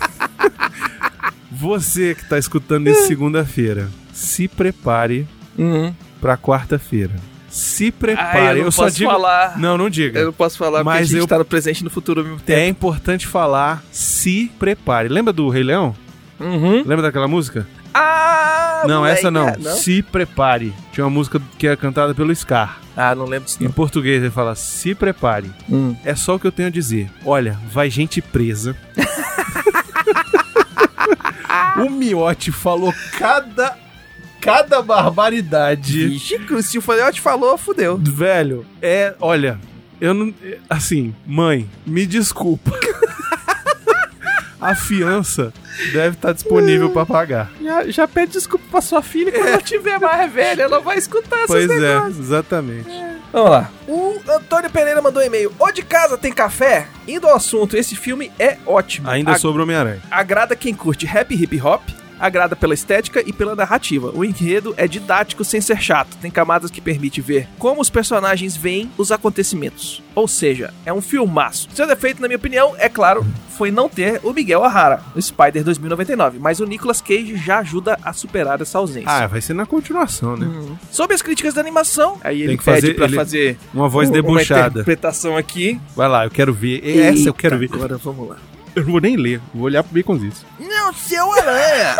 Você que tá escutando isso segunda-feira, se prepare Uhum. pra quarta-feira. Se prepare. Ai, eu não só posso digo. falar. Não, não Eu diga. não posso falar porque Mas a gente eu- tá no presente e no futuro ao mesmo É tempo. importante falar, se prepare. Lembra do Rei Leão? Uhum. Lembra daquela música? Ah, não, moleque, essa não. é, Se prepare. Tinha uma música que era cantada pelo Scar. Ah, não lembro disso Em português ele fala, se prepare. não. Hum. É só o que eu tenho a dizer. Olha, vai gente presa. o Miote falou cada cada barbaridade. Chico, se o Fanel te falou, fudeu. Velho, é, olha, eu não assim, mãe, me desculpa. A fiança deve estar disponível pra pagar. Já, já pede desculpa pra sua filha quando ela tiver mais velha, ela vai escutar Pois essas é, exatamente. Vamos lá. O Antônio Pereira mandou um e-mail. Ô de casa tem café? Indo ao assunto, esse filme é ótimo. Ainda Ag- sobre Homem-Aranha. Agrada quem curte rap e hip hop, agrada pela estética e pela narrativa. O enredo é didático sem ser chato, tem camadas que permite ver como os personagens veem os acontecimentos. Ou seja, é um filmaço. Seu defeito, na minha opinião, é claro, foi não ter o Miguel O'Hara, o Spider 2099, mas o Nicolas Cage já ajuda a superar essa ausência. Ah, vai ser na continuação, né? Sobre as críticas da animação, aí ele que pede fazer- pra ele- fazer Uma voz um- Uma debochada. interpretação aqui. Vai lá, eu quero ver. Essa eu quero ver. Eita, Agora vamos lá. Eu não vou nem ler, vou olhar pro Baconzitos. Não seu Aranha!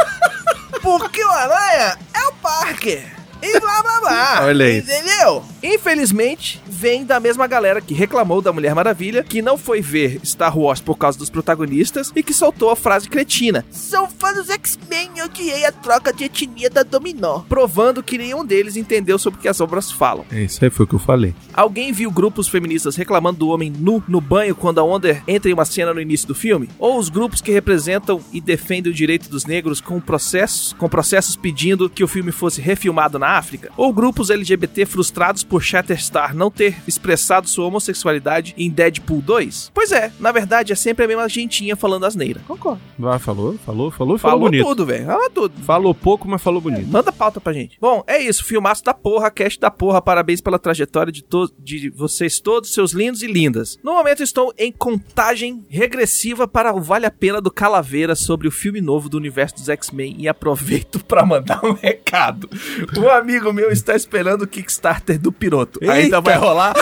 Porque o Aranha é o Parker! E blá blá blá! Olha aí. Entendeu? Infelizmente, vem da mesma galera que reclamou da Mulher Maravilha, que não foi ver Star Wars por causa dos protagonistas e que soltou a frase cretina. Sou fã dos X-Men e odiei a troca de etnia da Dominó. Provando que nenhum deles entendeu sobre o que as obras falam. É isso aí, foi o que eu falei. Alguém viu grupos feministas reclamando do homem nu no banho quando a Wonder entra em uma cena no início do filme? Ou os grupos que representam e defendem o direito dos negros com processos, com processos pedindo que o filme fosse refilmado na África, ou grupos LGBT frustrados por Shatterstar não ter expressado sua homossexualidade em Deadpool 2? Pois é, na verdade é sempre a mesma gentinha falando asneira. Concordo. Ah, falou, falou, falou, e falou Falou bonito. tudo, velho. Falou tudo. Falou pouco, mas falou bonito. Manda pauta pra gente. Bom, é isso. Filmaço da porra, cast da porra. Parabéns pela trajetória de, to de vocês todos, seus lindos e lindas. No momento estou em contagem regressiva para o Vale a Pena do Calaveira sobre o filme novo do universo dos X-Men e aproveito pra mandar um recado. Um amigo meu está esperando o Kickstarter do Piroto. Ainda vai rolar?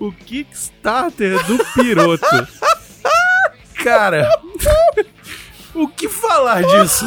O Kickstarter do Piroto. Cara, o que falar disso?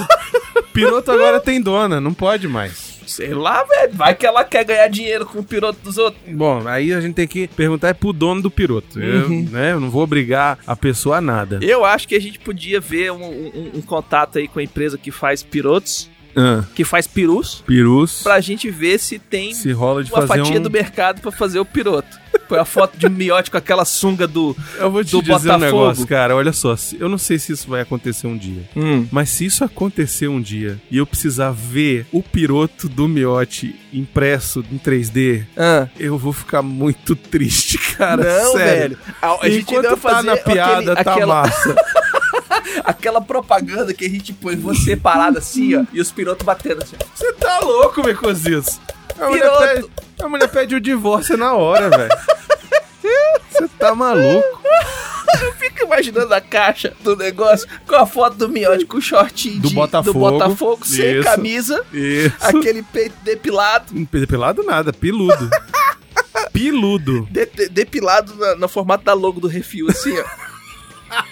Piroto agora tem dona, não pode mais. Sei lá, velho. Vai que ela quer ganhar dinheiro com o Piroto dos outros. Bom, aí a gente tem que perguntar é pro dono do Piroto. Eu, né, eu não vou obrigar a pessoa a nada. Eu acho que a gente podia ver um, um- um contato aí com a empresa que faz pirotos, Ah, que faz perus, pirus, pra gente ver se tem se rola de uma fazer fatia um... do mercado pra fazer o piroto. Põe a foto de um miote com aquela sunga do. Eu vou te do dizer um Botafogo. negócio, cara. Olha só, se- eu não sei se isso vai acontecer um dia. Hum. Mas se isso acontecer um dia e eu precisar ver o piroto do miote impresso em 3D, Ah. eu vou ficar muito triste, cara. Não, sério. velho. A, a gente ainda Enquanto vai tá fazer na piada, aquele- tá aquela, massa. aquela propaganda que a gente põe você parado assim, ó, e os pirotos batendo assim. Você tá louco, Mecositos? A mulher, pede, Piroto. a mulher pede o divórcio na hora, velho. Você tá maluco? Fica imaginando a caixa do negócio com a foto do miote com o shortinho Do de- Botafogo. Botafogo, sem Isso. camisa, Isso. aquele peito depilado. Pelado nada, piludo. Piludo. de- de- depilado na- no formato da logo do refil, assim, ó.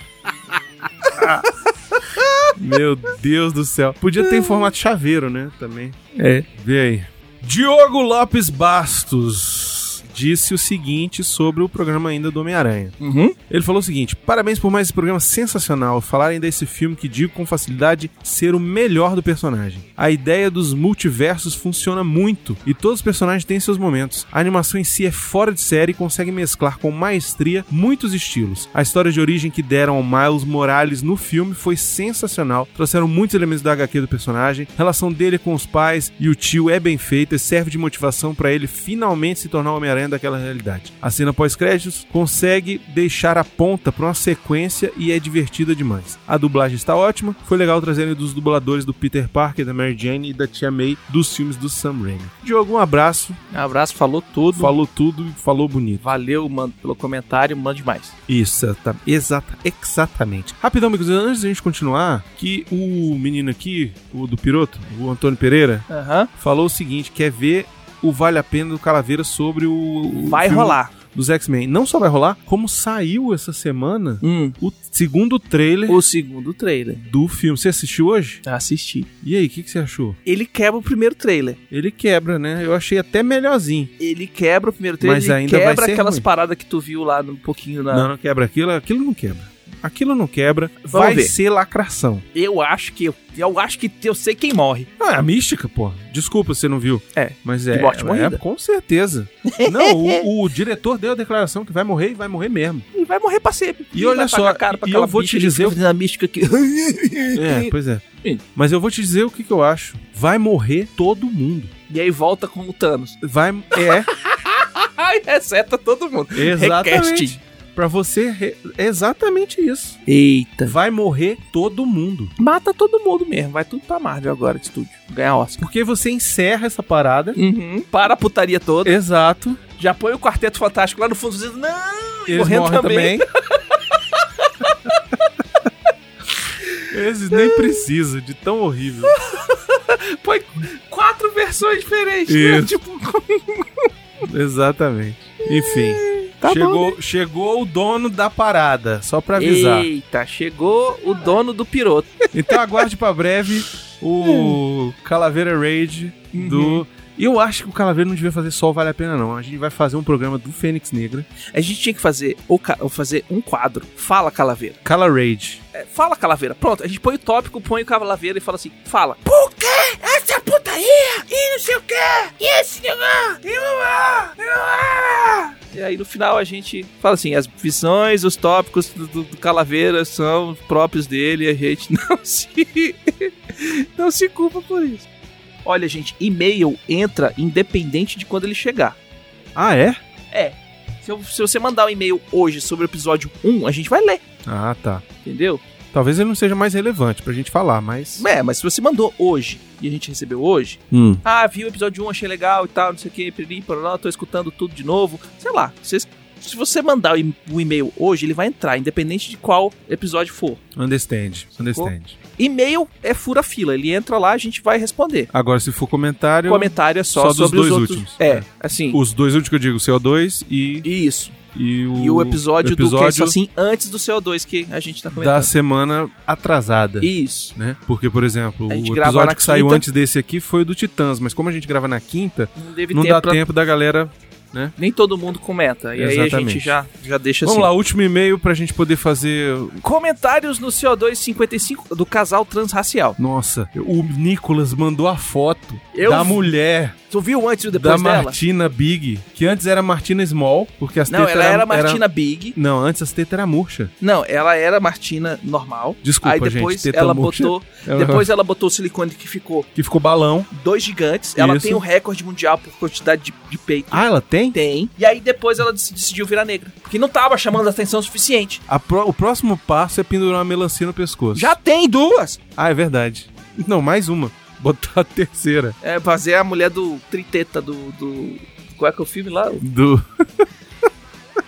Meu Deus do céu. Podia ter em formato chaveiro, né? Também. É. Vê aí. Diogo Lopes Bastos disse o seguinte sobre o programa ainda do Homem-Aranha. Uhum. Ele falou o seguinte: parabéns por mais esse programa sensacional. Falarem desse filme que digo com facilidade ser o melhor do personagem. A ideia dos multiversos funciona muito e todos os personagens têm seus momentos. A animação em si é fora de série e consegue mesclar com maestria muitos estilos. A história de origem que deram ao Miles Morales no filme foi sensacional. Trouxeram muitos elementos da HQ do personagem. A relação dele com os pais e o tio é bem feita e serve de motivação para ele finalmente se tornar o Homem-Aranha daquela realidade. A cena pós-créditos consegue deixar a ponta para uma sequência e é divertida demais. A dublagem está ótima. Foi legal trazerem dos dubladores do Peter Parker, da Mary Jane e da Tia May dos filmes do Sam Raimi. Diogo, um abraço. Abraço, falou tudo. Falou tudo e falou bonito. Valeu, mano, pelo comentário, mande mais. Isso, tá- exata, exatamente. Rapidão, amigos, antes da gente continuar, que o menino aqui, o do Piroto, o Antônio Pereira, Aham. falou o seguinte: quer ver o Vale a Pena do Calaveira sobre o. o Vai filme rolar. Dos X-Men. Não só vai rolar, como saiu essa semana o segundo trailer O segundo trailer. do filme. Você assistiu hoje? Assisti. E aí, o que, que você achou? Ele quebra o primeiro trailer. Ele quebra, né? Eu achei até melhorzinho. Ele quebra o primeiro trailer, Mas ele ainda vai quebra ser aquelas ruim. paradas que tu viu lá no- um pouquinho na. Não, não quebra aquilo. Aquilo não quebra. Aquilo não quebra. vai ver. ser lacração. Eu acho que. Eu acho que eu sei quem morre. Ah, é a mística, pô. Desculpa, você não viu. É. Mas é. De morte é, morrida. com certeza. Não, o, o diretor deu a declaração que vai morrer e vai morrer mesmo. E vai morrer pra sempre. E Ele olha vai só, pagar caro pra e aquela eu vou bicha te que dizer- fica fazendo a mística aqui. É, pois é. Sim. Mas eu vou te dizer o que, que eu acho. Vai morrer todo mundo. E aí volta com o Thanos. Vai. É, Ai, reseta todo mundo. exatamente. Recasting. Pra você. re- é Exatamente isso. Eita. Vai morrer todo mundo. Mata todo mundo mesmo. Vai tudo pra Marvel agora de estúdio. Ganhar Oscar. Porque você encerra essa parada. Uhum. Para a putaria toda. Exato. Já põe o Quarteto Fantástico lá no fundo dizendo, não, e Eles morrendo morrem também. também. Eles nem precisam de tão horrível. Põe quatro versões diferentes. Isso. Né? Tipo, Exatamente. Enfim. Tá bom, chegou, chegou o dono da parada, só pra avisar. Eita, chegou o dono do piroto. Então aguarde pra breve o Calaveira Raid do. Eu acho que o Calaveira não devia fazer só o Vale a Pena, não. A gente vai fazer um programa do Fênix Negra. A gente tinha que fazer, ou, ca- ou fazer um quadro. Fala, Calaveira. Cala Raid. É, fala, Calaveira. Pronto, a gente põe o tópico, põe o Calaveira e fala assim, fala. Por quê? Essa putaria? E não sei o quê? E esse negócio? E E aí no final a gente fala assim, as visões, os tópicos do, do- do Calaveira são próprios dele, a gente não se Não se culpa por isso. Olha, gente, e-mail entra independente de quando ele chegar. Ah, é? Se, eu- se você mandar um e-mail hoje sobre o episódio 1, a gente vai ler, Ah, tá. entendeu? Talvez ele não seja mais relevante pra gente falar, mas. É, mas se você mandou hoje e a gente recebeu hoje, Hum. ah, vi o episódio 1, achei legal e tal, não sei o que, piriri, pororó, tô escutando tudo de novo, sei lá. vocês- se você mandar o e- o e-mail hoje, ele vai entrar, independente de qual episódio for. Understand. Understand. E-mail é fura-fila, ele entra lá, a gente vai responder. Agora, se for comentário. Comentário é só, só dos sobre dois os outros. últimos. É, É. assim. Os dois últimos que eu digo, CO2 e, Isso. e o. E o episódio, do que episódio assim antes do CO2 que a gente tá comentando. da semana atrasada. Isso. Né? Porque, por exemplo, o A gente grava na episódio que saiu quinta. antes desse aqui foi o do Titãs, mas como a gente grava na quinta, Não teve não tempo, dá pra- tempo da galera. nem todo mundo comenta. E aí a Exatamente. gente já, já deixa Vamos assim. lá, último e-mail pra gente poder fazer. Comentários no CO2 55 do casal transracial. Nossa, o Nicolas mandou a foto Eu da vi mulher, Tu viu antes e o da depois dela? Martina Big, que antes era Martina Small, porque as Não, tetas ela eram- era Martina Big. Não, antes as tetas eram murcha. Não, ela era Martina normal. Desculpa, aí depois gente. teta ela murcha botou, é um depois ela botou o silicone que ficou que ficou balão. dois gigantes. Ela Isso. tem o recorde mundial por quantidade de, de peito. Ah, ela tem? Tem. E aí depois ela dec- decidiu virar negra. Porque não tava chamando atenção o suficiente. A pró- o próximo passo é pendurar uma melancia no pescoço. Já tem duas! Ah, é verdade. Não, mais uma. Botar a terceira. É, fazer a mulher do Triteta do. do... Qual é que é o filme lá? Do.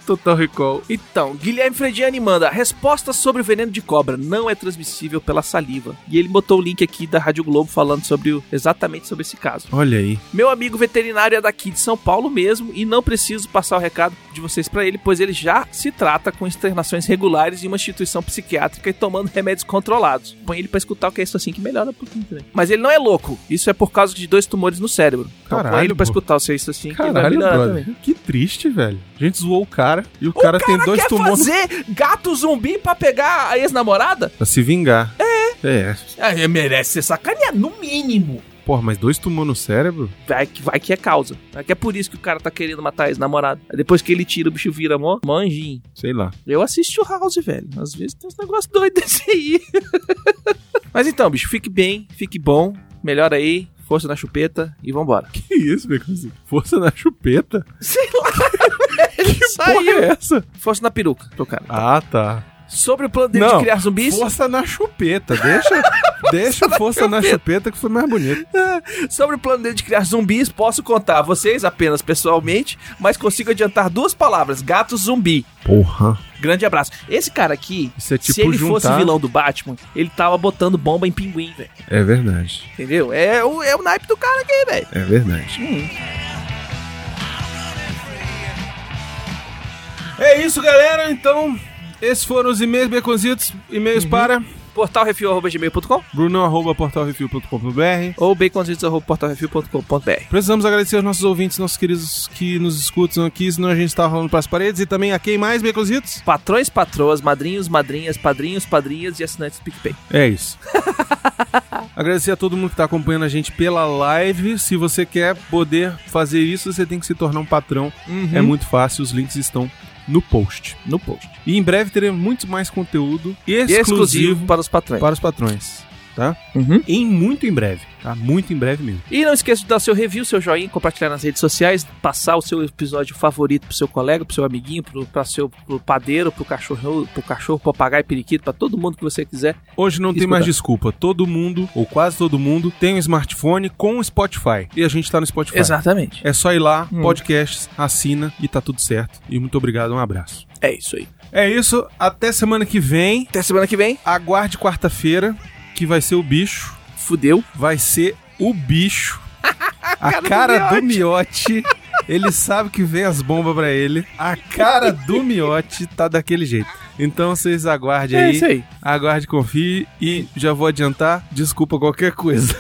Total Recall. Então, Guilherme Frediani manda respostas sobre o veneno de cobra. Não é transmissível pela saliva. E ele botou o link aqui da Rádio Globo falando sobre o, exatamente sobre esse caso. Olha aí. Meu amigo veterinário é daqui de São Paulo mesmo e não preciso passar o recado de vocês pra ele, pois ele já se trata com externações regulares em uma instituição psiquiátrica e tomando remédios controlados. Põe ele pra escutar o que é isso assim que melhora um pouquinho também. Mas ele não é louco, isso é por causa de dois tumores no cérebro. Então põe Caralho, ele pra pô. escutar o que é isso assim que vai Caralho, melhorar brother. também. Que triste, velho. A gente zoou o cara e o, O cara, cara, tem dois quer tumores fazer gato zumbi pra pegar a ex-namorada? pra se vingar. É. É. Ah, ele merece ser sacaneado, no mínimo. Porra, mas dois tumores no cérebro? Vai que, vai que é causa. Vai que é por isso que o cara tá querendo matar a ex-namorada. Aí Depois que ele tira, o bicho vira mó mó anjinho. Sei lá. Eu assisto o House, velho. Às vezes tem uns negócios doidos desse aí. Mas então, bicho, fique bem, fique bom, melhora aí, força na chupeta e vambora. Que isso, Beconzinho? Força na chupeta? Sei lá, velho. Porra é Saiu. essa? Força na peruca, pro cara. Ah, tá. Sobre o plano dele Não, de criar zumbis, Força na chupeta, deixa, deixa força na chupeta que foi mais bonito. sobre o plano dele de criar zumbis, posso contar a vocês apenas pessoalmente, mas consigo adiantar duas palavras: gato zumbi. Porra. Grande abraço. Esse cara aqui, Isso é tipo se ele fosse juntar- vilão do Batman, ele tava botando bomba em pinguim, velho. É verdade, Entendeu? É o, é o naipe do cara aqui, velho. é verdade. É isso, galera. Então, esses foram os e-mails, Beconzitos. E-mails para portalrefil.gmail.com bruno.portalrefil.com.br ou baconzitos.portalrefil.com.br. Precisamos agradecer aos nossos ouvintes, nossos queridos que nos escutam aqui, senão a gente tá rolando pras paredes. E também a quem mais, Beconzitos? Patrões, patroas, madrinhos, madrinhas, padrinhos, padrinhas e assinantes do PicPay. É isso. Agradecer a todo mundo que está acompanhando a gente pela live. Se você quer poder fazer isso, você tem que se tornar um patrão. É muito fácil, os links estão no post. No post. E em breve teremos muito mais conteúdo Exclusivo, exclusivo, para os patrões. para os patrões. Tá? Uhum. Em muito em breve, tá? Muito em breve mesmo. E não esqueça de dar seu review, seu joinha, compartilhar nas redes sociais, passar o seu episódio favorito pro seu colega, pro seu amiguinho, pro, pra seu, pro padeiro, pro cachorro, pro cachorro, papagaio, periquito, pra todo mundo que você quiser. Hoje não tem Escuta. mais desculpa. Todo mundo, ou quase todo mundo, tem um smartphone com o Spotify. E a gente tá no Spotify. Exatamente. É só ir lá, Hum. podcasts, assina e tá tudo certo. E muito obrigado, um abraço. É isso aí. É isso, até semana que vem. Até semana que vem. Aguarde quarta-feira, que vai ser o bicho. Fudeu. Vai ser o bicho. A cara do miote. Ele sabe que vem as bombas pra ele. A cara do miote tá daquele jeito. Então vocês aguardem É aí. isso aí. Aguarde, confie e já vou adiantar. Desculpa qualquer coisa.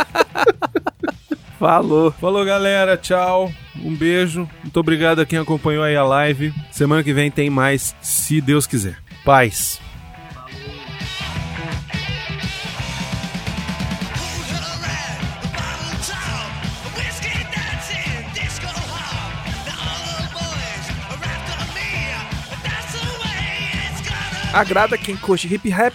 Falou. Falou, galera. Tchau. Um beijo. Muito obrigado a quem acompanhou aí a live. Semana que vem tem mais, se Deus quiser. Paz. Agrada quem curte hip hop.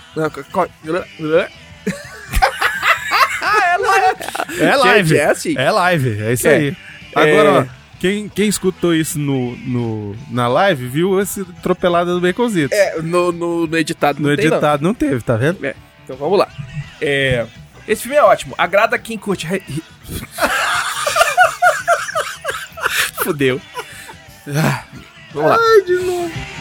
É live. Gente, é assim. É live, é isso É. aí. Agora, ó, quem, quem escutou isso no, no, na live viu essa atropelada do Baconzito. É, no, no, no editado no não tem, não. editado não. teve, tá vendo? É, então vamos lá. É, esse filme é ótimo. Agrada quem curte. re- re- Fudeu. Ah, vamos lá. Ai, de novo.